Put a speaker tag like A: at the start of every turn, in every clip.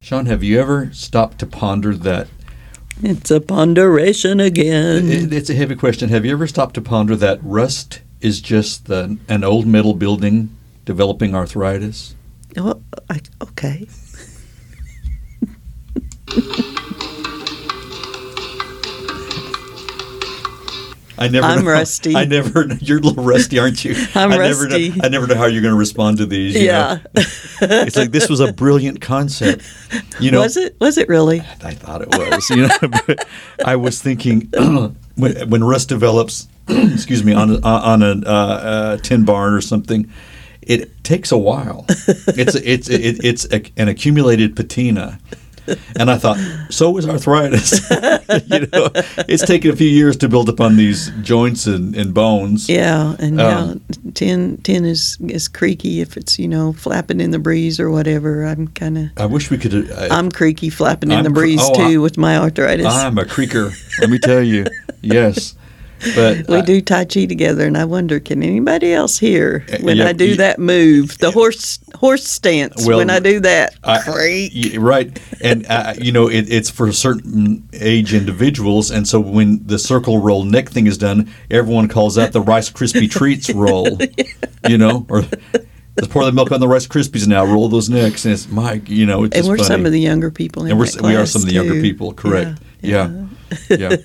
A: Sean, have you ever stopped to ponder that?
B: It's a ponderation again.
A: It, it's a heavy question. Have you ever stopped to ponder that rust is just the, an old metal building developing arthritis?
B: Oh, I, okay.
A: I never.
B: I'm
A: know-
B: rusty.
A: I never. You're a little rusty, aren't you?
B: I'm
A: I never know-
B: rusty.
A: I never know how you're going to respond to these. you
B: yeah.
A: know. it's like this was a brilliant concept. You know,
B: was it? Was it really?
A: I thought it was. You know, but I was thinking when, when rust develops, excuse me, on a, on a uh, uh, tin barn or something, it takes a while. It's it's it, it's a, an accumulated patina. And I thought, so is arthritis. you know, it's taken a few years to build upon these joints and, and bones.
B: Yeah, and
A: Um,
B: yeah, tin tin is is creaky if it's you know flapping in the breeze or whatever. I'm kind of
A: I wish we could. uh, I,
B: I'm creaky flapping in
A: I'm
B: the
A: cre-
B: breeze
A: oh, I-
B: too with my arthritis.
A: I'm a creaker. let me tell you. Yes, but
B: we
A: I-
B: do tai chi together, and I wonder can anybody else hear
A: Uh,
B: when
A: yeah,
B: I do
A: you-
B: that move, the horse horse stance
A: Well,
B: when I do that.
A: I-
B: creak.
A: y- right. And, uh, you know, it, it's for certain age individuals. And so when the circle roll neck thing is done, everyone calls that the Rice Krispie Treats roll, you know, or let's pour the milk on the Rice Krispies now, roll those necks. And it's, my, you know, it's
B: and
A: just
B: we're
A: funny.
B: some of the younger people in
A: and we're,
B: that
A: we are
B: class,
A: some of the younger
B: too.
A: people, correct.
B: Yeah,
A: Yeah. Yeah.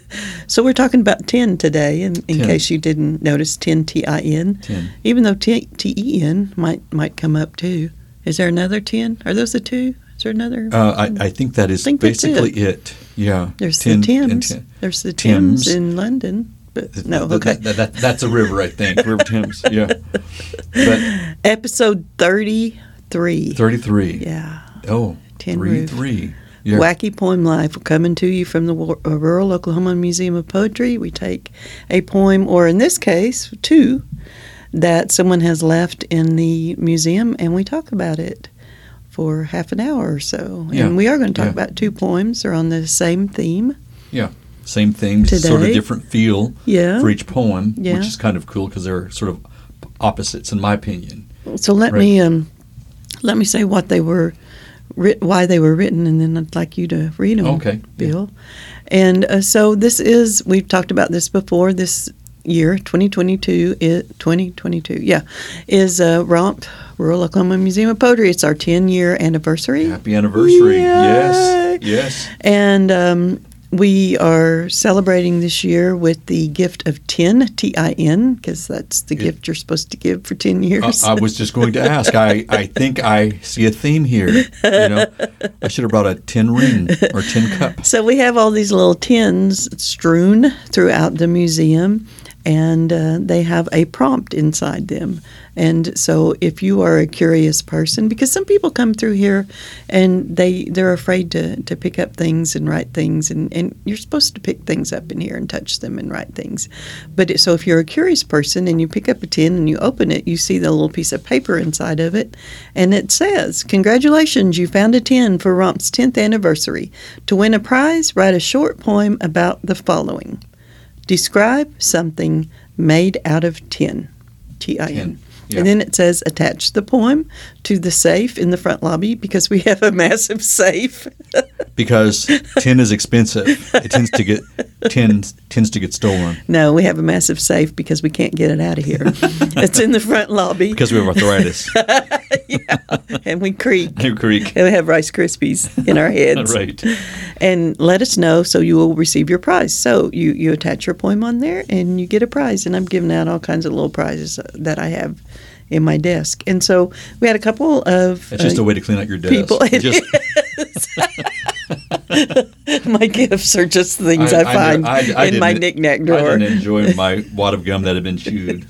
B: So we're talking about tin today, in, in
A: Tin.
B: case you didn't notice tin T I N.
A: Tin.
B: Even though T T E N might might come up too. Is there another tin? Are those the two? Is there another?
A: Uh, I, I think that is
B: Think that's
A: basically it. Yeah.
B: There's
A: Tin-
B: the
A: and
B: Thames.
A: tin.
B: There's the Thames,
A: Thames.
B: in London. But no,
A: Th-
B: okay.
A: th- th- that- that's a river, I think. River Thames. Yeah. But
B: Episode thirty-three.
A: 33.
B: Yeah.
A: Oh,
B: Tin
A: three,
B: roof.
A: three. Yeah.
B: Wacky Poem Live. We're coming to you from the Wa- uh, Rural Oklahoma Museum of Poetry. We take a poem, or in this case, two, that someone has left in the museum, and we talk about it for half an hour or so.
A: Yeah,
B: And we are going to talk
A: yeah.
B: about two poems. They're on the same theme.
A: Same thing, just sort of
B: Today.
A: different feel
B: Yeah.
A: for each poem,
B: Yeah.
A: which is kind of cool because they're sort of opposites, in my opinion.
B: So let
A: Right.
B: me um, let me say what they were, writ- why they were written, and then I'd like you to read them.
A: Okay.
B: Bill. And uh, so this is we've talked about this before. This year, 2022, it 2022, yeah, is uh, Romp Rural Oklahoma Museum of Poetry. It's our 10 year anniversary.
A: Happy anniversary.
B: Yay.
A: Yes. Yes.
B: And um, we are celebrating this year with the gift of 10, T I N, because that's the
A: Yeah. Uh,
B: gift you're supposed to give for 10 years.
A: I, I was just going to ask. I, I think I see a theme here. You know, I should have brought a tin ring or tin cup.
B: So we have all these little tins strewn throughout the museum, and uh, they have a prompt inside them. And so, if you are a curious person, because some people come through here and they they're afraid to, to pick up things and write things, and, and you're supposed to pick things up in here and touch them and write things. But it, so, if you're a curious person and you pick up a tin and you open it, you see the little piece of paper inside of it, and it says, "Congratulations, you found a tin for Romp's 10th anniversary." To win a prize, write a short poem about the following Describe something made out of tin. T I N.
A: Tin, yeah.
B: And then it says attach the poem to the safe in the front lobby because we have a massive safe.
A: Because tin is expensive. It tends to get tin tends to get stolen
B: No, we have a massive safe because we can't get it out of here. it's in the front lobby
A: because we have arthritis.
B: and we creak
A: New Creek.
B: and we have Rice Krispies in our heads.
A: Right.
B: and let us know so you will receive your prize. So you, you attach your poem on there and you get a prize. And I'm giving out all kinds of little prizes uh, that I have in my desk. And so we had a couple of
A: It's just
B: uh,
A: a way to clean out your desk.
B: people- it
A: Just-
B: my gifts are just things I,
A: I-
B: find
A: I- I
B: in my
A: didn't-
B: knickknack
A: I
B: drawer.
A: didn't enjoy my wad of gum that had been chewed.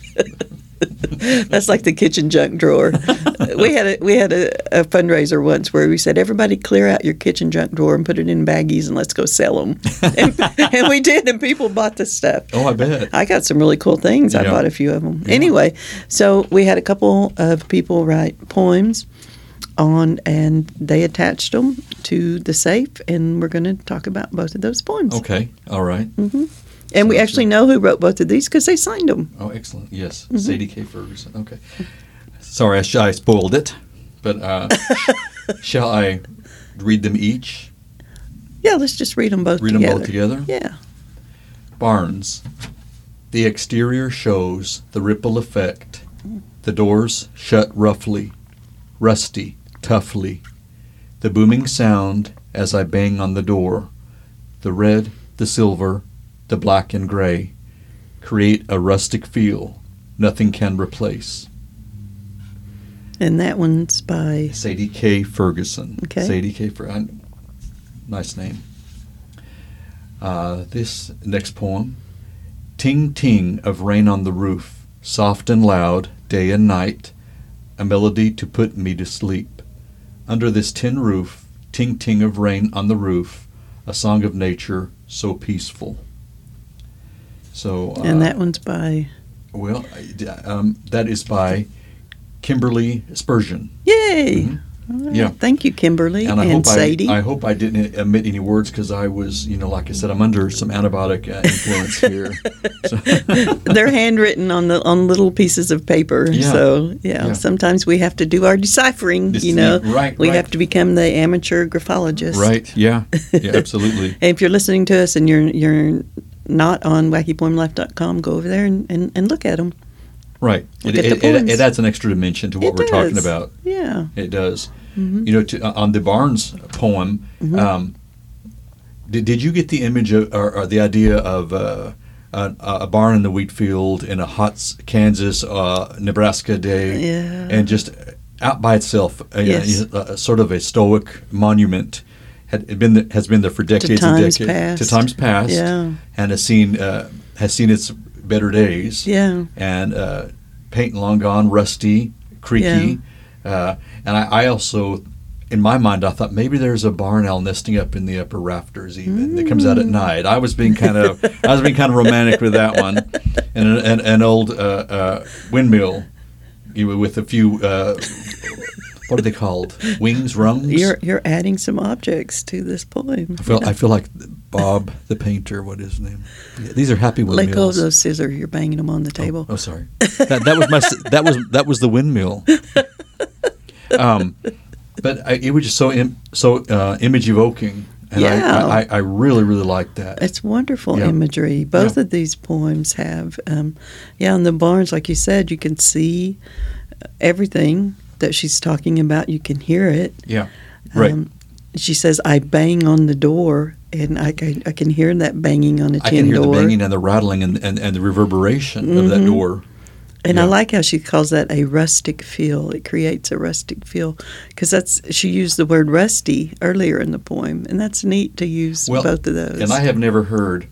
B: That's like the kitchen junk drawer. we had a, we had a, a fundraiser once where we said everybody clear out your kitchen junk drawer and put it in baggies and let's go sell them. and, and we did, and people bought the stuff.
A: Oh, I bet.
B: I got some really cool things. I
A: Yeah.
B: bought a few of them. Anyway, so we had a couple of people write poems on, and they attached them to the safe, and we're going to talk about both of those poems.
A: Okay. All right.
B: And we
A: sounds
B: actually know who wrote both of these because they signed them.
A: Oh, excellent. Yes.
B: Mm-hmm.
A: Sadie K. Ferguson. Okay. Sorry, I, sh- I spoiled it, but uh, Shall I read them each?
B: Yeah, let's just read them both
A: Read
B: together.
A: them both together?
B: Yeah.
A: Barnes. The exterior shows the ripple effect. The doors shut roughly, rusty, toughly. The booming sound as I bang on the door. The red, the silver, the black and gray create a rustic feel nothing can replace.
B: And that one's by
A: Sadie K. Ferguson.
B: Okay.
A: Sadie K. Ferguson. Nice name. Uh, this next poem Ting Ting of Rain on the Roof, soft and loud, day and night, a melody to put me to sleep. Under this tin roof, Ting Ting of Rain on the Roof, a song of nature so peaceful. So, uh,
B: and that one's by
A: well, I- d- um, that is by Kimberly Spurgeon.
B: Yay. All right.
A: Mm-hmm. Yeah.
B: Thank you, Kimberly and,
A: I hope
B: Sadie.
A: I, I hope I didn't omit any words because I was, you know, like I said, I'm under some antibiotic uh, influence here. So-
B: They're handwritten on the on little pieces of paper.
A: Yeah.
B: So yeah,
A: Yeah.
B: Sometimes we have to do our deciphering,
A: This-
B: you know.
A: yeah, right,
B: we
A: right.
B: have to become the amateur graphologist.
A: right? Yeah. Yeah. Absolutely.
B: And if you're listening to us and you're you're not on wackypoemlife.com, go over there and, and, and look at them.
A: Right.
B: Look
A: It,
B: at the
A: it, it,
B: poems.
A: it adds an extra dimension to what
B: It
A: we're talking
B: does. Mm-hmm.
A: about.
B: Yeah.
A: It does. You know, to, uh, on the Barnes poem,
B: Mm-hmm.
A: um, did, did you get the image of, or, or the idea of uh, a, a barn in the wheat field in a hot s- Kansas, uh, Nebraska day,
B: Yeah.
A: and just out by itself, a,
B: Yes.
A: a- a sort of a stoic monument? Had been th- has been there for decades and
B: times
A: decades. To
B: past.
A: times past,
B: Yeah.
A: and has seen uh, has seen its better days
B: Yeah.
A: and uh, paint long gone, rusty, creaky. Uh, and I, I also, in my mind, I thought maybe there's a barn owl nesting up in the upper rafters, even that comes
B: Mm.
A: out at night. I was being kind of, I was being kind of romantic with that one, and an, an, an old uh, uh, windmill, you know, with a few. Uh, What are they called? Wings, rungs.
B: You're you're adding some objects to this poem.
A: I feel I feel like Bob the painter. What is his name? Yeah, these are happy windmills.
B: Let go of those scissors. You're banging them on the table.
A: Oh, sorry. That, that was my. s- That was that was the windmill. Um, but I, it was just so Im, so uh, image evoking, and
B: Yeah.
A: I, I, I really really liked that.
B: It's wonderful
A: Yeah.
B: imagery. Both
A: Yeah.
B: of these poems have, um, yeah, in the barns, like you said, you can see everything that she's talking about. You can hear it.
A: Yeah, right.
B: Um, she says, "I bang on the door, and I can, I can hear that banging on a tin
A: I can hear
B: door."
A: the banging and the rattling and, and, and the reverberation of
B: Mm-hmm.
A: that door.
B: And I
A: Yeah.
B: like how she calls that a rustic feel. It creates a rustic feel because that's she used the word rusty earlier in the poem, and that's neat to use
A: Well,
B: both of those.
A: And I have never heard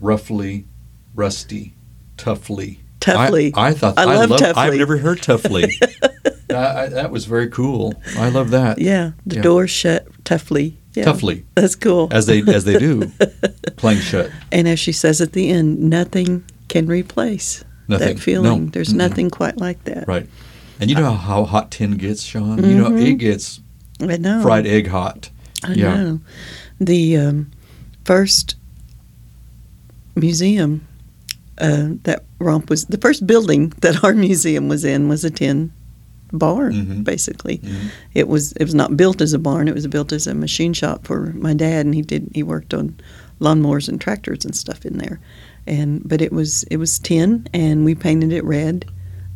A: roughly, rusty, toughly.
B: Toughly.
A: I, I thought
B: I love
A: loved- I've
B: toughly.
A: never heard toughly. I, I, that was very cool. I love that.
B: yeah, the
A: Yeah.
B: door shut toughly. Yeah,
A: Toughly,
B: That's cool.
A: as they as they do, playing shut.
B: And as she says at the end, nothing can replace
A: Nothing.
B: that feeling.
A: No.
B: There's
A: Mm-mm.
B: nothing quite like that.
A: Right. And you know how hot tin gets, Sean? You know,
B: Mm-hmm.
A: it gets
B: I know.
A: fried egg hot.
B: I
A: yeah.
B: know. The um, first museum uh, that Romp was, the first building that our museum was in was a tin barn,
A: Mhm.
B: basically.
A: Mhm.
B: It was it was not built as a barn. It was built as a machine shop for my dad, and he did he worked on lawnmowers and tractors and stuff in there. And but it was it was tin, and we painted it red.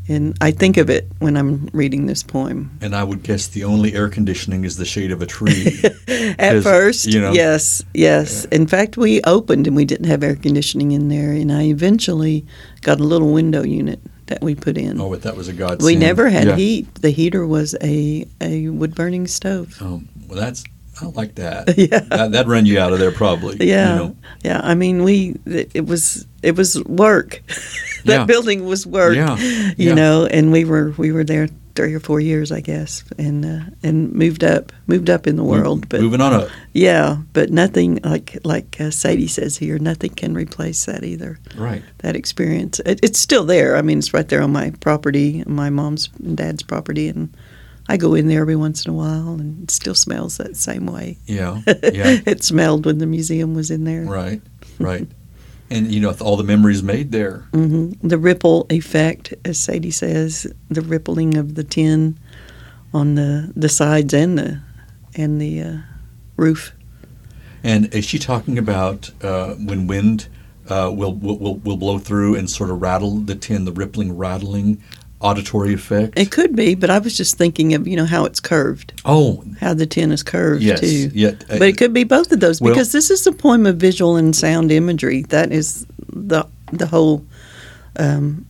B: And I think of it when I'm reading this poem.
A: And I would guess the only air conditioning is the shade of a tree.
B: At
A: 'Cause,
B: first,
A: you know-
B: yes, yes. In fact, we opened and we didn't have air conditioning in there, and I eventually got a little window unit that we put in.
A: oh, but that was a godsend.
B: we never had
A: Yeah.
B: heat. The heater was a a wood burning stove.
A: Oh, well, that's, I like that.
B: Yeah.
A: That, that'd run you out of there probably.
B: Yeah,
A: You know?
B: yeah. I mean, we it, it was it was work. that
A: Yeah.
B: building was work.
A: Yeah,
B: You
A: yeah.
B: know, and we were we were there three or four years, I guess, and uh, and moved up moved up
A: Mm-hmm.
B: in the world. but
A: Moving on up.
B: yeah, but nothing like like uh, Sadie says here. Nothing can replace that either.
A: Right.
B: That experience. It, it's still there. I mean, it's right there on my property, my mom's and dad's property, and. I go in there every once in a while, and it still smells that same way.
A: Yeah. Yeah.
B: it smelled when the museum was in there.
A: right. Right. And, you know, all the memories made there.
B: hmm The ripple effect, as Sadie says, the rippling of the tin on the, the sides and the and the uh, roof.
A: And is she talking about uh, when wind uh, will, will will will blow through and sort of rattle the tin, the rippling, rattling auditory effect?
B: It could be, but I was just thinking of you know how it's curved,
A: oh,
B: how the tin is curved
A: yes,
B: too.
A: yeah. uh,
B: But it could be both of those
A: Well-
B: because this is the poem of visual and sound imagery. That is the the whole um,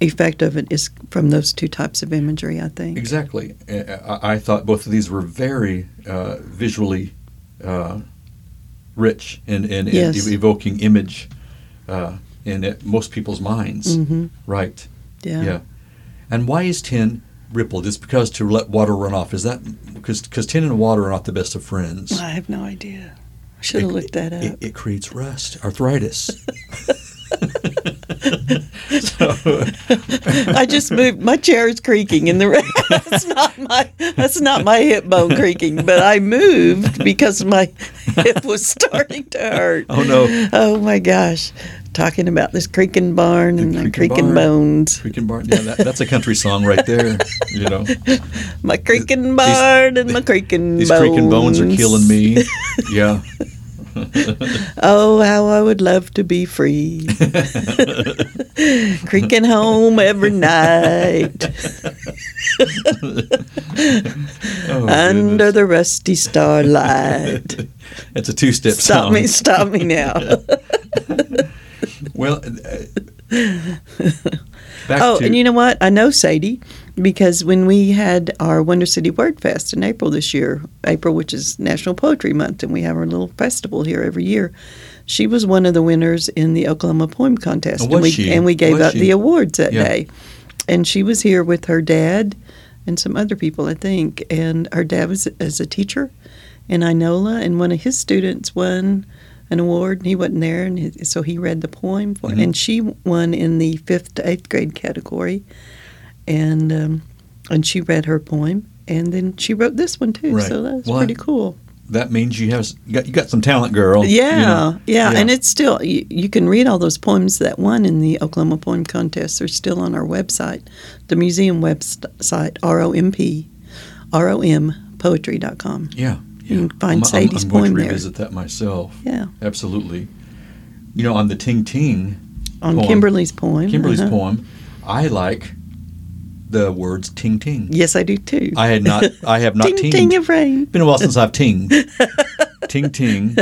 B: effect of it is from those two types of imagery. I think.
A: Exactly. Uh, I, I thought both of these were very uh, visually uh, rich and in, in,
B: Yes.
A: ev- evoking image uh, in it- most people's minds.
B: hmm
A: Right.
B: Yeah.
A: Yeah. And why is tin rippled? It's because to let water run off. Is that because because tin and water are not the best of friends?
B: I have no idea. I should have
A: It-
B: looked that up.
A: It, it creates rust, arthritis. so,
B: I just moved. My chair is creaking, and the that's not my that's not my hip bone creaking, but I moved because my hip was starting to hurt.
A: Oh, no.
B: Oh my gosh! Talking about this creaking barn and the
A: creaking
B: creaking
A: barn.
B: bones,
A: Creek and Barn. Yeah, that, that's a country song right there. You know.
B: my creaking barn and my creaking
A: These
B: bones.
A: creaking bones are killing me. Yeah.
B: Oh, how I would love to be free. creaking home every night
A: Oh,
B: under
A: goodness.
B: the rusty starlight.
A: It's a two-step
B: Stop
A: song.
B: me! Stop me now!
A: Well, uh, back
B: oh,
A: to
B: and you know what? I know Sadie because when we had our Wonder City Word Fest in April this year, April, which is National Poetry Month, and we have our little festival here every year, she was one of the winners in the Oklahoma Poem Contest,
A: Oh,
B: and
A: was
B: we
A: she?
B: and we gave
A: Was
B: out
A: she?
B: the awards that
A: Yeah.
B: day, and she was here with her dad and some other people, I think, and her dad was as a teacher in Inola, and one of his students won an award, and he wasn't there, and he, so he read the poem, for,
A: Mhm.
B: and she won in the fifth to eighth grade category, and um, and she read her poem, and then she wrote this one too.
A: Right.
B: So that's
A: Well,
B: pretty cool.
A: that means you have s- you got, you got some talent, girl. you
B: Yeah,
A: know.
B: yeah,
A: yeah.
B: and it's still you, you can read all those poems that won in the Oklahoma Poem Contest. They're still on our website, the museum website, R O M P, R O M poetry.com.
A: Yeah, yeah.
B: You can find
A: I'm, I'm-
B: Sadie's
A: I'm going
B: poem
A: to
B: there.
A: revisit that myself.
B: Yeah,
A: Absolutely. You know, on the Ting Ting,
B: on
A: Poem.
B: Kimberly's poem.
A: Kimberly's
B: uh-huh.
A: poem, I like the words Ting Ting.
B: Yes, I do too.
A: I had not. I have not
B: ting
A: tinged.
B: ting of rain.
A: Been a while since I've tinged. ting ting.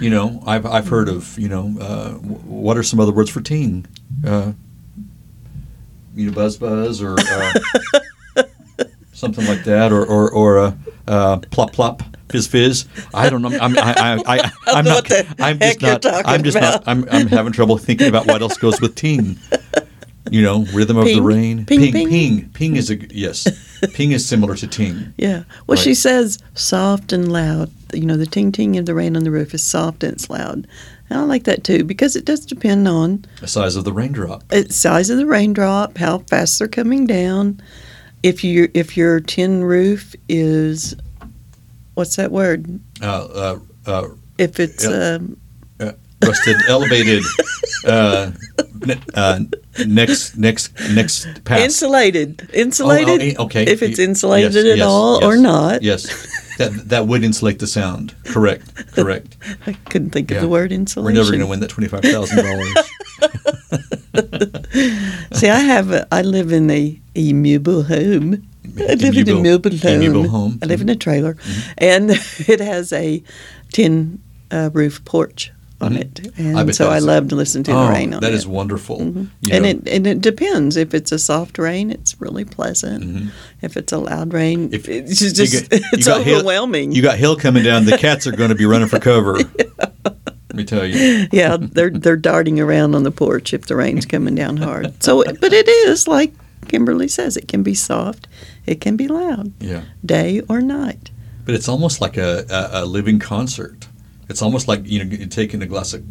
A: You know, I've I've heard of you know uh, wh- what are some other words for ting? Uh, you know, buzz buzz or uh, something like that, or or or uh, uh, plop plop. Fizz fizz. I don't know. I'm, I, I, I, I'm
B: know
A: not.
B: what the
A: I'm
B: heck
A: just
B: you're
A: not.
B: talking
A: I'm just
B: about.
A: not. I'm, I'm having trouble thinking about what else goes with ting. You know, rhythm of the
B: Ping,
A: rain.
B: ping,
A: ping.
B: ping.
A: Ping, ping is a g- yes. ping is similar to ting.
B: Yeah. Well,
A: Right.
B: she says soft and loud. You know, the ting ting of the rain on the roof is soft and it's loud. And I like that too because it does depend on
A: the size of the raindrop.
B: the size of the raindrop, how fast they're coming down. If you if your tin roof is, what's that word?
A: Uh, uh, uh,
B: If it's
A: Yeah.
B: um,
A: rusted, elevated. Uh, ne- uh, next, next, next pass.
B: insulated,
A: Oh, oh,
B: insulated.
A: eh, okay.
B: If it's
A: Y-
B: insulated
A: yes,
B: at
A: yes,
B: all or
A: yes,
B: not.
A: Yes. That that would insulate the sound. Correct. Correct.
B: I couldn't think
A: Yeah.
B: of the word
A: We're
B: insulation.
A: never going to win that twenty five thousand dollars.
B: See, I have a, I live in a immobile home. I live in a
A: Immobile-
B: mobile home.
A: immobile home. Mm-hmm.
B: I live in a trailer, and it has a tin uh, roof porch on
A: Mhm.
B: it,
A: I
B: and
A: bet
B: so I
A: that's-
B: love to listen to the
A: Oh,
B: rain on
A: that
B: it. Mm-hmm.
A: is wonderful. You
B: and
A: know,
B: it and it depends. If it's a soft rain, it's really pleasant.
A: Mm-hmm.
B: If it's a loud rain,
A: If-
B: it's just,
A: you got- you
B: it's
A: got hail-
B: overwhelming.
A: you got hill coming down. The cats are going to be running for cover. Let me tell you.
B: yeah, they're they're darting around on the porch if the rain's coming down hard. So, but it is like Kimberly says, it can be soft, it can be loud,
A: Yeah.
B: day or night.
A: But it's almost like a, a, a living concert. It's almost like you know taking a glass of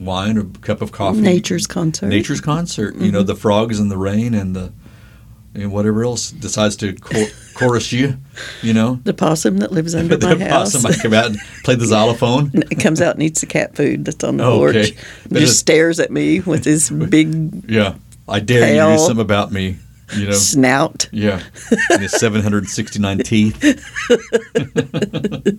A: wine or a cup of coffee.
B: Nature's concert.
A: nature's concert. You
B: Mm-hmm.
A: know the frogs and the rain and the and whatever else decides to cho- chorus you. You know
B: The possum that lives under my
A: the
B: house.
A: possum might come out and play the xylophone.
B: It comes out and eats the cat food that's on the
A: Oh,
B: porch.
A: okay.
B: And
A: That
B: just
A: is-
B: stares at me with his big.
A: Yeah, I dare you to do
B: Tail.
A: something about me. You know,
B: snout.
A: yeah, and his 769 teeth.
B: And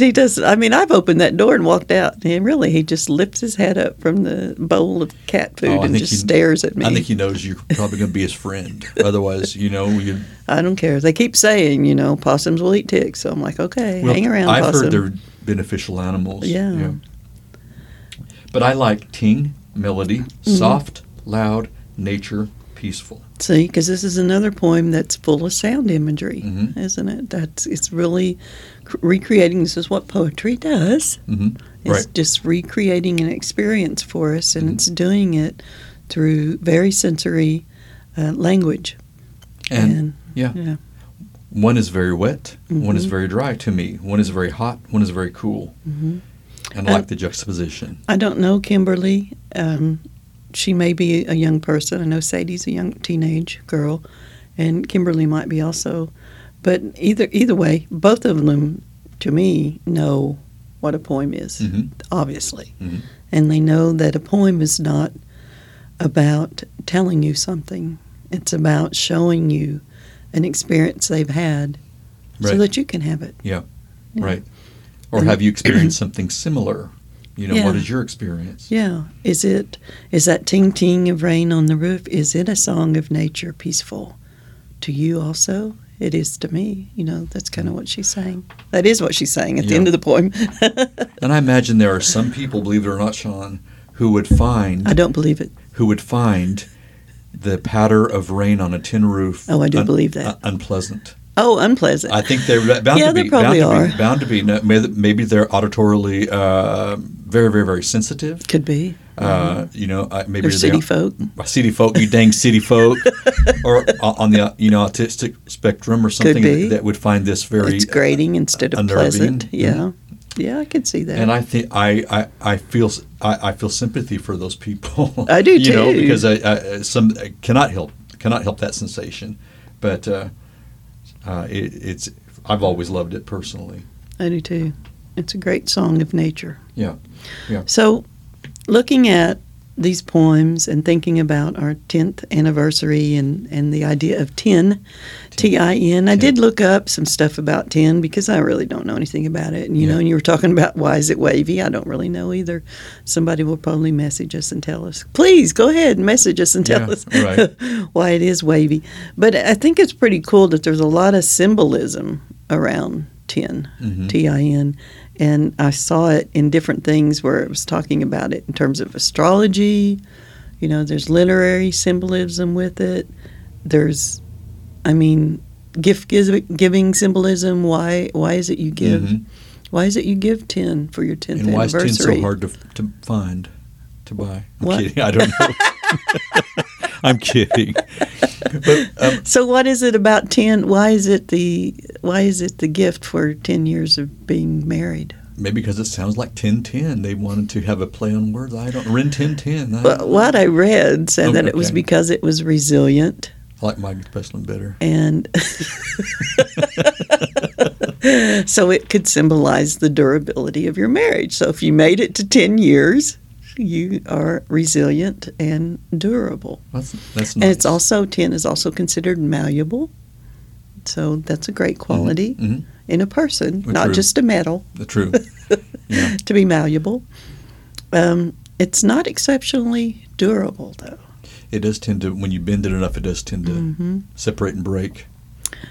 B: he does. I mean, I've opened that door and walked out, and really, he just lifts his head up from the bowl of cat food
A: Oh, I
B: and
A: think
B: just
A: he-
B: stares at me.
A: I think he knows you're probably going to be his friend. Otherwise, you know, you
B: I don't care. They keep saying, you know, possums will eat ticks. So I'm like, okay,
A: Well,
B: hang around,
A: I've
B: possum.
A: heard they're beneficial animals.
B: Yeah.
A: But I like ting, melody,
B: Mm-hmm.
A: soft, loud, nature, peaceful.
B: See, because this is another poem that's full of sound imagery,
A: Mhm.
B: isn't it? That's it's really cr- recreating. This is what poetry does.
A: Mhm.
B: It's
A: Right. Mm-hmm.
B: just recreating an experience for us, and it's doing it through very sensory uh, language.
A: And
B: And-
A: yeah.
B: yeah.
A: one is very wet, one
B: Mm-hmm.
A: is very dry to me, one is very hot, one is very cool.
B: mm-hmm.
A: And
B: Uh,
A: I like the juxtaposition.
B: I don't know Kimberly. Um, she may be a young person. I know Sadie's a young teenage girl, and Kimberly might be also. But either either way, both of them, to me, know what a poem is.
A: Mhm.
B: Obviously,
A: Mhm.
B: and they know that a poem is not about telling you something. It's about showing you an experience they've had, so
A: Right.
B: that you can have it. Yeah.
A: Right. Or have you experienced something similar? You know, what
B: Mm-hmm. Yeah.
A: is your experience?
B: Yeah. Is it is that ting ting of rain on the roof? Is it a song of nature peaceful to you also? It is to me. You know, that's kind of what she's saying. That is what she's saying at the
A: Yeah.
B: end of the poem.
A: And I imagine there are some people, believe it or not, Sean, who would find
B: I don't believe it.
A: who would find the patter of rain on a tin roof.
B: Oh, I do believe that.
A: uh, unpleasant.
B: Oh, unpleasant.
A: I think they're bound
B: Yeah,
A: to
B: they
A: be. bound
B: probably
A: to be-
B: are.
A: bound to be. No, may- Maybe they're auditorily uh, very, very, very sensitive.
B: Could be.
A: Uh, you know, I- maybe
B: Mm-hmm. They're
A: they
B: city
A: are-
B: folk.
A: City folk, you dang city folk, or o- on the uh, you know autistic spectrum or something
B: be.
A: that, that would find this very
B: It's grating instead of
A: unnerving.
B: pleasant.
A: Mhm.
B: Yeah. Yeah, I can see that.
A: and I think I, I, I feel s- I, I feel sympathy for those people.
B: I do,
A: you know,
B: too.
A: because I, I some I cannot help cannot help that sensation, but uh, uh, it, it's I've always loved it personally.
B: I do too. It's a great song of nature.
A: Yeah, yeah.
B: So, looking at these poems and thinking about our 10th anniversary and, and the idea of 10, T I N, I did look up some stuff about 10 because I really don't know anything about it. And, you
A: Yeah.
B: know, and you were talking about why is it wavy? I don't really know either. Somebody will probably message us and tell us. Please go ahead and message us and tell
A: Yeah,
B: us
A: right.
B: why it is wavy. But I think it's pretty cool that there's a lot of symbolism around 10.
A: Mhm.
B: Mm-hmm. T I N. And I saw it in different things where it was talking about it in terms of astrology. You know, there's literary symbolism with it. There's, I mean, gift giz- giving symbolism. Why? Why is it you give?
A: Mhm.
B: Why is it you give ten for your tenth
A: And why is
B: anniversary?
A: tin so hard to, to find to buy? I'm
B: What?
A: kidding. I don't know. I'm kidding. But um,
B: So what is it about ten? Why is it the Why is it the gift for ten years of being married?
A: maybe because it sounds like tin tin, they wanted to have a play on words. I don't rin tin tin. I,
B: But what I read said that it
A: Oh.
B: was
A: Okay.
B: because it was resilient.
A: I like my Pestlin better.
B: and so it could symbolize the durability of your marriage. So if you made it to 10 years, you are resilient and durable.
A: That's that's nice.
B: And it's also 10 is also considered malleable. So that's a great quality
A: Mhm.
B: in a person,
A: Well,
B: not
A: true.
B: just a metal,
A: The true. Yeah.
B: to be malleable. Um, it's not exceptionally durable though.
A: It does tend to, when you bend it enough, it does tend
B: Mm-hmm.
A: to separate and break.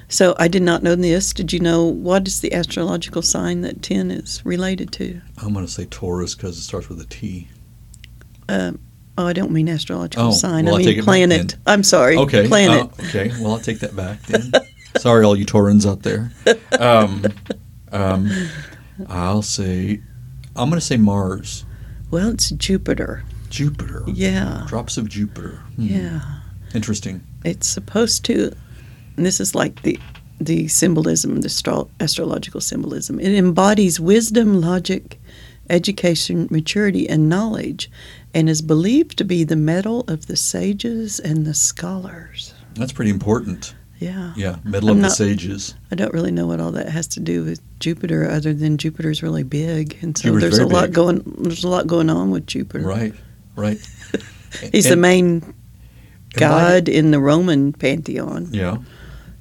B: So I did not know this. Did you know what is the astrological sign that 10 is related to?
A: I'm going to say Taurus because it starts with a T.
B: um, oh, I don't mean astrological
A: Oh,
B: sign.
A: well, I
B: I mean
A: take it back
B: planet.
A: then.
B: I'm sorry.
A: Okay.
B: Planet.
A: uh, okay. Well, I'll take that back then. Sorry, all you Taurans out there. Um, um, I'll say, I'm going to say Mars,
B: well, it's Jupiter.
A: Jupiter,
B: Yeah.
A: drops of Jupiter. Hmm,
B: Yeah.
A: Interesting.
B: It's supposed to, and this is like the the symbolism, the astro- astrological symbolism. It embodies wisdom, logic, education, maturity, and knowledge, and is believed to be the medal of the sages and the scholars.
A: That's pretty important.
B: Yeah.
A: Yeah. Medal
B: I'm
A: of the
B: not-
A: Sages.
B: I don't really know what all that has to do with Jupiter, other than Jupiter's really big, and so
A: Jupiter's
B: there's a
A: very
B: lot
A: big.
B: going. There's a lot going on with Jupiter.
A: Right. Right.
B: He's the
A: And-
B: main god in the Roman pantheon.
A: Yeah.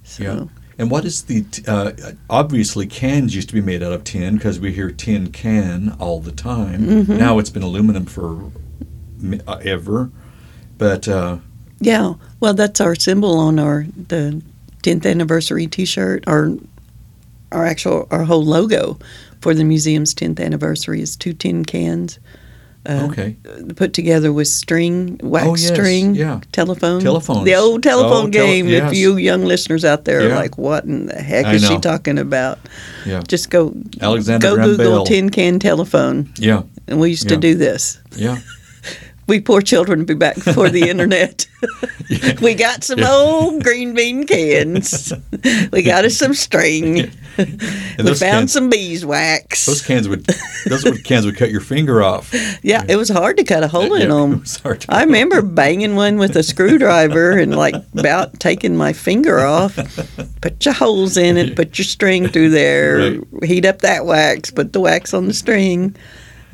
B: So,
A: Yeah. And what is the t- uh, obviously cans used to be made out of tin because we hear tin can all the time.
B: Mm-hmm.
A: Now it's been aluminum for mi- uh, ever, but uh,
B: Yeah. Well, that's our symbol on our the 10th anniversary T-shirt. Our our actual our whole logo for the museum's 10th anniversary is two tin cans uh,
A: okay,
B: put together with string, wax
A: Oh, yes.
B: string,
A: Yeah.
B: telephone,
A: Telephones.
B: the old telephone
A: Oh, tele-
B: game.
A: yes.
B: If you young listeners out there
A: Yeah.
B: are like, what in the heck
A: I
B: is she
A: know.
B: talking about?
A: Yeah.
B: Just go
A: Alexander
B: go
A: Graham
B: Google
A: Bell.
B: tin can telephone,
A: yeah,
B: and we used
A: Yeah.
B: to do this.
A: yeah,
B: We poor children be back before the internet. we got some old green bean cans. we got us some string.
A: And
B: we
A: those
B: found
A: cans-
B: some beeswax.
A: Those cans would those would, cans would cut your finger off.
B: yeah, it was hard to cut a hole in
A: Yeah,
B: them.
A: it was hard to-
B: I remember banging one with a screwdriver and like about taking my finger off. Put your holes in it, put your string through there, heat up that wax, put the wax on the string,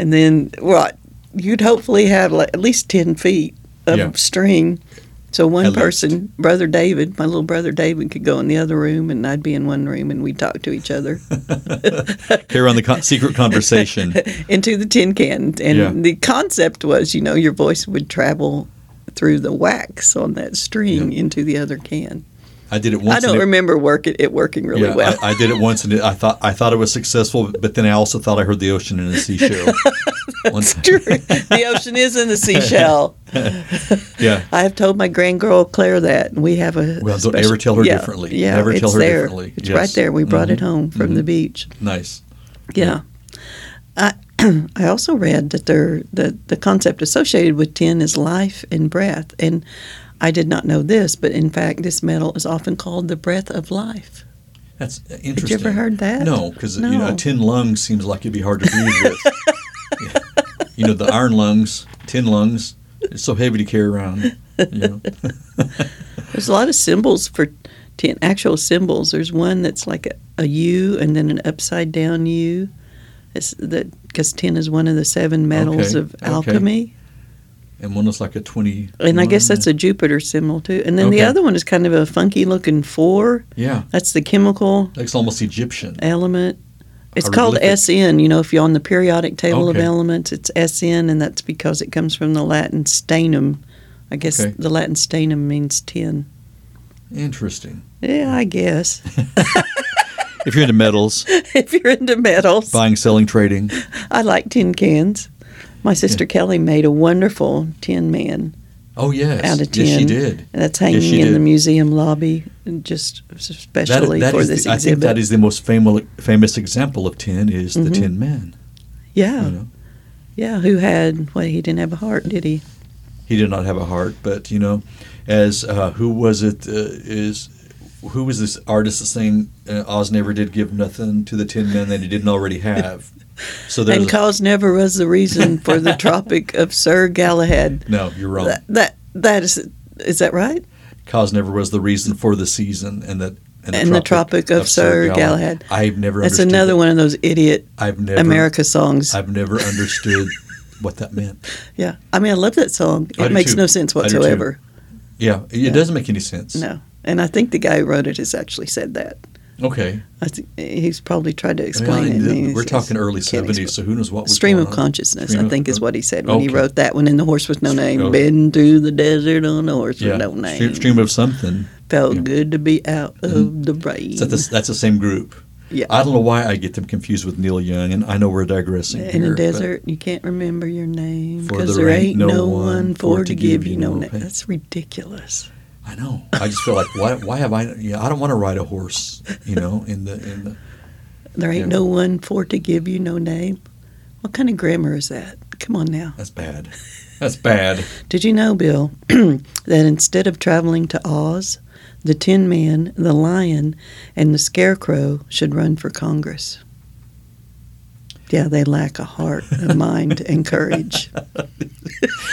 B: and then what? You'd hopefully have like at least 10 feet of
A: Yeah.
B: string. So one
A: At least.
B: person, brother David, my little brother David, could go in the other room and I'd be in one room and we'd talk to each other
A: Carry on the con- secret conversation.
B: into the tin can. And
A: Yeah.
B: the concept was, you know, your voice would travel through the wax on that string into the other can.
A: I did it once.
B: I don't
A: and it-
B: remember work it, it working really
A: yeah,
B: well.
A: I, I did it once, and it, I thought I thought it was successful, but then I also thought I heard the ocean and the seashell. One-
B: True. the ocean is in the seashell.
A: yeah.
B: I have told my grand girl Claire that, and we have a.
A: Well, don't
B: special-
A: ever tell her
B: yeah,
A: differently.
B: Yeah,
A: Never tell
B: it's
A: her
B: there.
A: differently. Yes.
B: It's
A: Mm-hmm.
B: right there. We brought it home from the beach.
A: Nice.
B: Yeah. I I also read that there that the concept associated with tin is life and breath, and I did not know this, but in fact, this metal is often called the breath of life.
A: That's interesting.
B: Have you ever heard that?
A: No, because you know, a
B: No.
A: tin lung seems like it'd be hard to breathe with. Yeah. You know, the iron lungs, tin lungs. It's so heavy to carry around. You know.
B: There's a lot of symbols for tin, actual symbols. There's one that's like a, a U and then an upside down U. It's that because tin is one of the seven metals
A: Okay,
B: of
A: okay.
B: alchemy.
A: And one is like a twenty.
B: And I guess that's a Jupiter symbol too. And then the
A: Okay.
B: other one is kind of a funky looking four.
A: yeah.
B: That's the chemical
A: That's almost Egyptian.
B: element. It's called
A: Hieroglyphic.
B: SN. You know, if you're on the periodic table of
A: Okay.
B: elements, it's SN, and that's because it comes from the Latin stanum. I guess
A: Okay.
B: the Latin stanum means tin.
A: Interesting.
B: Yeah, I guess.
A: If you're into metals,
B: if you're into metals,
A: buying, selling, trading,
B: I like tin cans. My sister Kelly made a wonderful tin man,
A: oh yes,
B: Out of
A: yes, she
B: tin.
A: did.
B: and that's
A: Yes,
B: hanging
A: she
B: in the
A: did.
B: museum lobby, and just especially
A: that
B: for
A: is
B: this
A: the, I
B: exhibit. Mm-hmm.
A: think that is the most famous famous example of tin is the Tin Man.
B: yeah,
A: You know,
B: yeah. Who had? Well, he didn't have a heart, did he?
A: he did not have a heart, but you know, as uh, who was it? Uh, is who was this artist that saying uh, Oz never did give nothing to the Tin Man that he didn't already have? So there's
B: and cause never was the reason for the Tropic of Sir Galahad.
A: no, you're wrong.
B: That, that that is is that right?
A: Cause never was the reason for the season, and that and
B: And the Tropic of Sir Galahad.
A: I've never.
B: That's
A: understood
B: another
A: that.
B: one of those idiot
A: I've never.
B: America songs.
A: I've never understood what that meant.
B: yeah, I mean, I love that song.
A: I
B: It
A: do
B: makes
A: too.
B: no sense
A: I do too.
B: whatsoever.
A: Yeah, it doesn't make any sense.
B: No, and I think the guy who wrote it has actually said that.
A: Okay.
B: I think he's probably tried to
A: I mean,
B: explain it.
A: the-
B: and he's-
A: we're
B: he's-
A: talking early
B: can't
A: '70s, so who knows what was
B: Stream
A: going
B: of
A: on.
B: consciousness,
A: Stream
B: I
A: of-
B: think, is what he said when he
A: Okay.
B: wrote that one. And the horse with no name,
A: okay.
B: been through the desert on a horse
A: Yeah,
B: with no name.
A: Stream, stream of something. yeah.
B: Felt
A: Mm-hmm.
B: good to be out of the rain.
A: Is that the, that's the same group.
B: Yeah.
A: I don't know why I get them confused with Neil Young, and I know we're digressing.
B: In
A: here,
B: the
A: but-
B: desert, you can't remember your name
A: For
B: because
A: there
B: there ain't no one for
A: it
B: to give you no name. That's ridiculous.
A: I know. I just feel like why? Why have I? Yeah, I don't want to ride a horse. You know, in the in the.
B: There ain't
A: Yeah.
B: no one for to give you no name. What kind of grammar is that? Come on now.
A: That's bad. That's bad.
B: Did you know, Bill, that instead of traveling to Oz, the Tin Man, the Lion, and the Scarecrow should run for Congress? Yeah, they lack a heart, a mind, and courage.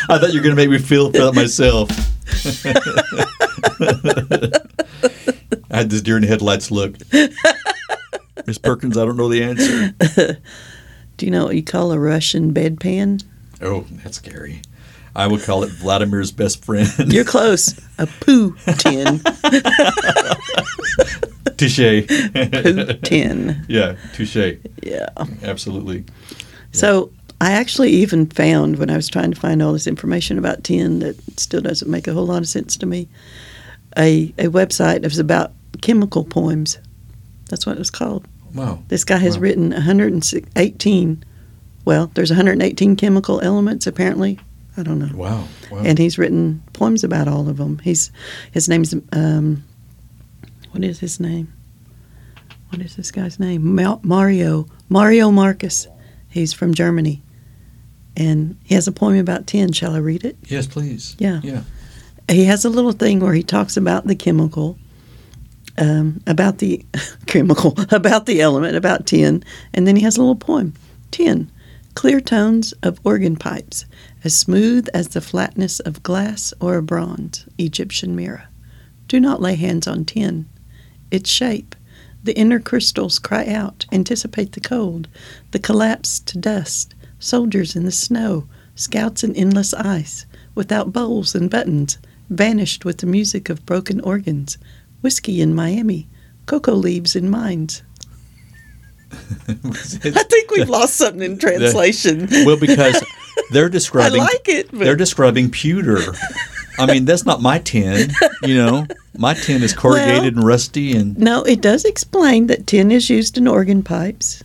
A: I thought you were going to make me feel for that myself. I had this deer in the headlights look. Miss Perkins, I don't know the answer.
B: Do you know what you call a Russian bedpan?
A: Oh, that's scary. I would call it Vladimir's best friend.
B: You're close. A poo tin.
A: touche.
B: poo tin.
A: yeah, touche.
B: Yeah.
A: Absolutely.
B: So I actually even found when I was trying to find all this information about tin that still doesn't make a whole lot of sense to me. A a website that was about chemical poems. That's what it was called.
A: Wow.
B: This guy has
A: Wow.
B: written 118. Well, there's 118 chemical elements apparently. I don't know.
A: Wow. Wow.
B: and he's written poems about all of them. He's his name's um, what is his name? What is this guy's name? Ma- Mario Mario Marcus. He's from Germany, and he has a poem about tin. Shall I read it?
A: yes, please.
B: Yeah.
A: Yeah.
B: He has a little thing where he talks about the chemical, um, about the chemical, about the element, about tin, and then he has a little poem. Tin, clear tones of organ pipes, as smooth as the flatness of glass or a bronze Egyptian mirror. Do not lay hands on tin. Its shape, the inner crystals cry out, anticipate the cold, the collapse to dust, soldiers in the snow, scouts in endless ice, without bowls and buttons, vanished with the music of broken organs, whiskey in Miami, cocoa leaves in mines. I think we've lost something in translation.
A: well, because they're
B: I
A: describing
B: like it, but
A: they're describing pewter. I mean, that's not my tin. You know, my tin is corrugated
B: Well-
A: and rusty and
B: no, it does explain that tin is used in organ pipes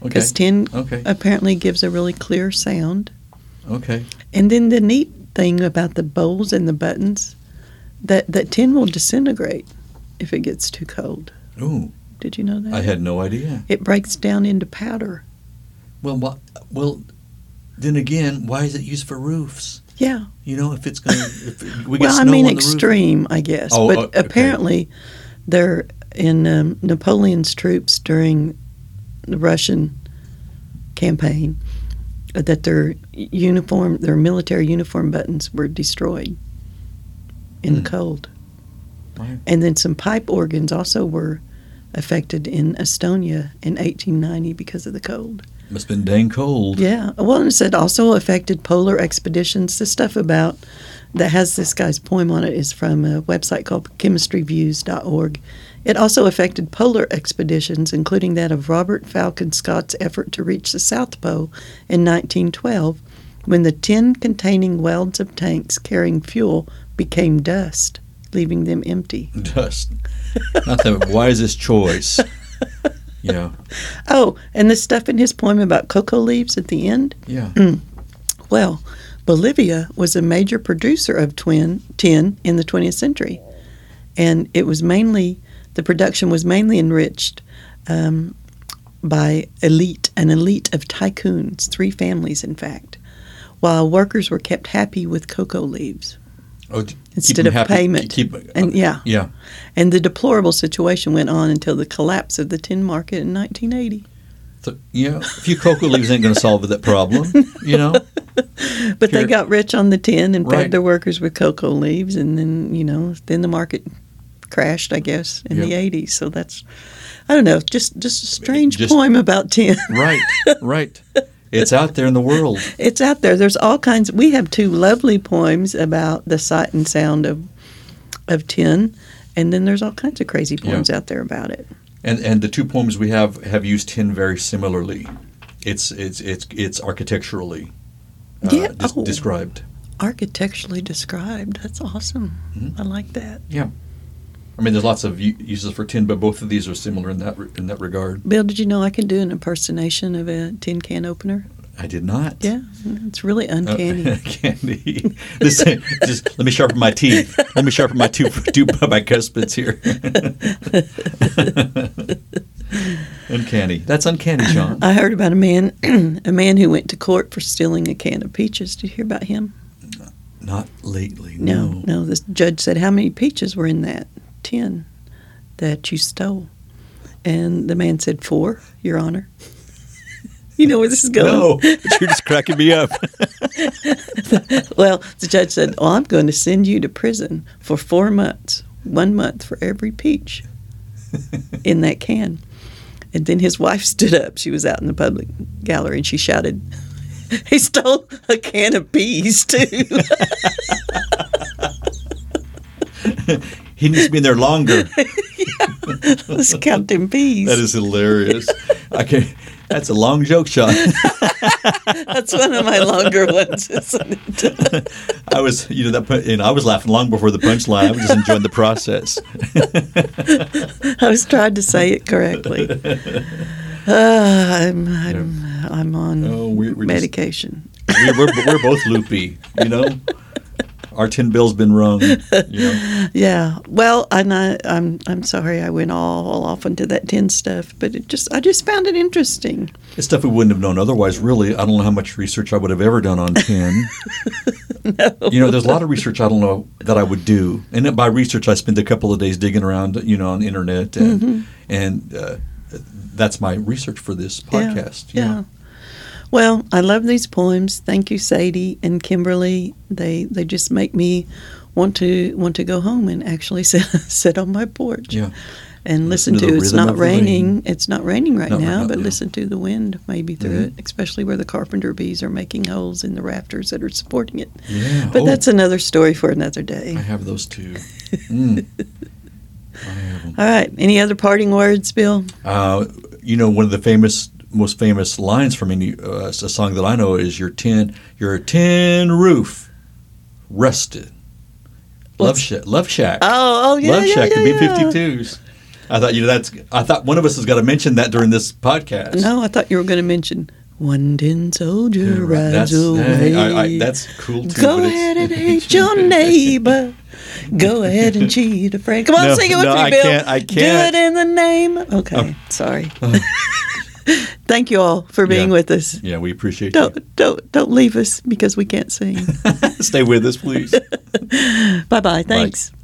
A: okay,
B: because tin
A: okay,
B: apparently gives a really clear sound.
A: okay.
B: And then the neat thing about the bowls and the buttons, that that tin will disintegrate if it gets too cold.
A: Ooh,
B: Did you know that?
A: I had no idea.
B: it breaks down into powder.
A: Well, wha- well, then again, why is it used for roofs?
B: Yeah.
A: You know, if it's going, if we get
B: Well, I
A: snow
B: mean
A: on the roof.
B: extreme, I guess.
A: Oh,
B: but
A: uh, okay.
B: apparently, they're in um, Napoleon's troops during the Russian campaign uh, that their uniform, their military uniform buttons were destroyed in
A: Hmm.
B: the cold.
A: Wow.
B: And then some pipe organs also were affected in Estonia in 1890 because of the cold.
A: Must have been dang cold.
B: Yeah. Well, and it said also affected polar expeditions. The stuff about that has this guy's poem on it is from a website called chemistryviews.org. It also affected polar expeditions, including that of Robert Falcon Scott's effort to reach the South Pole in 1912, when the tin containing welds of tanks carrying fuel became dust, leaving them empty.
A: Dust. Not the wisest choice. You know.
B: Oh, and the stuff in his poem about cocoa leaves at the end.
A: Yeah.
B: Well, Bolivia was a major producer of twin tin in the 20th century, and it was mainly the production was mainly enriched um, by elite an elite of tycoons, three families in fact, while workers were kept happy with cocoa leaves
A: Oh, d- keep
B: instead
A: them
B: of
A: happy,
B: payment.
A: Keep, uh,
B: and yeah,
A: yeah.
B: and the deplorable situation went on until the collapse of the tin market in 1980.
A: So, yeah, a few cocoa leaves ain't going to solve that problem, you know.
B: But they
A: Here-
B: got rich on the tin and
A: Right.
B: fed their workers with cocoa leaves, and then you know, then the market crashed, I guess, in the
A: Yeah.
B: '80s. So that's, I don't know, just just a strange
A: Just-
B: poem about tin.
A: Right, right. It's out there in the world.
B: it's out there. There's all kinds. We have two lovely poems about the sight and sound of of tin, and then there's all kinds of crazy
A: Yeah.
B: poems out there about it.
A: And and the two poems we have have used tin very similarly. It's it's it's it's architecturally uh,
B: Yeah,
A: des-
B: oh.
A: described.
B: Architecturally described. That's awesome.
A: Mm-hmm.
B: I like that.
A: I mean, there's lots of u- uses for tin, but both of these are similar in that re- in that regard.
B: Bill, did you know I can do an impersonation of a tin can opener?
A: I did not.
B: Yeah, it's really
A: Uh,
B: uncanny.
A: candy. This, just let me sharpen my teeth. Let me sharpen my two two bicuspids here. uncanny. That's uncanny, John.
B: I heard about a man, a man who went to court for stealing a can of peaches. Did you hear about him?
A: Not lately.
B: No, no. The judge said, "How many peaches were in that tin that you stole?" And the man said, Four, Your Honor." you know where this is going.
A: No, but you're just cracking me up.
B: Well, the judge said, "Well, I'm going to send you to prison for four months. One month for every peach in that can." And then his wife stood up. She was out in the public gallery, and she shouted, He stole a can of peas too.
A: He needs to be in there longer.
B: Let's count them peas.
A: That is hilarious. I can That's a long joke shot.
B: That's one of my longer ones, isn't it?
A: I was, you know, that pun- you know, I was laughing long before the punchline. I was just enjoying the process.
B: I was trying to say it correctly. Ah, I'm, I'm, I'm on
A: Oh, we- we're just-
B: medication.
A: We, we're, we're both loopy, you know. Our tin bill's been rung. You know?
B: Yeah. Well, and I, I'm I'm sorry I went all off into that tin stuff, but it just I just found it interesting.
A: It's stuff we wouldn't have known otherwise. Really, I don't know how much research I would have ever done on tin. You know, there's a lot of research I don't know that I would do, and then by research I spend a couple of days digging around, you know, on the internet, and
B: Mm-hmm.
A: and uh, that's my research for this
B: Yeah,
A: podcast.
B: Yeah. Well, I love these poems. Thank you, Sadie and Kimberly. They they just make me want to want to go home and actually sit sit on my porch.
A: Yeah.
B: And
A: Listen
B: listen,
A: to
B: to,
A: the
B: it's
A: rhythm
B: not
A: of the rain.
B: raining. It's not raining right
A: Not right
B: now,
A: now,
B: but
A: yeah.
B: listen to the wind maybe through it, especially where the carpenter bees are making holes in the rafters that are supporting it.
A: Yeah.
B: But
A: Oh.
B: that's another story for another day.
A: I have those two. Mm. I have 'em.
B: All right. Any other parting words, Bill?
A: Uh, you know, one of the famous, most famous lines from any uh, a song that I know is "Your tin, your tin roof, rusted." Love
B: What's-
A: shack, love shack,
B: Oh, oh yeah,
A: love
B: yeah,
A: shack.
B: yeah,
A: the
B: yeah.
A: B52s. I thought you know that's. I thought one of us has got to mention that during this podcast.
B: No, I thought you were going to mention one tin soldier
A: Yeah, right.
B: rides
A: that's,
B: away.
A: hey, I, I, that's cool too.
B: Go
A: but it's-
B: ahead and hate your neighbor. Go ahead and cheat a friend. Come on,
A: No,
B: sing it with
A: no,
B: me,
A: I
B: Bill.
A: can't, I can't. Oh.
B: Do it in the name. of- Okay, sorry. Thank you all for being
A: Yeah.
B: with us.
A: Yeah, we appreciate you.
B: Don't don't don't leave us because we can't sing.
A: Stay with us, please.
B: bye bye. Thanks.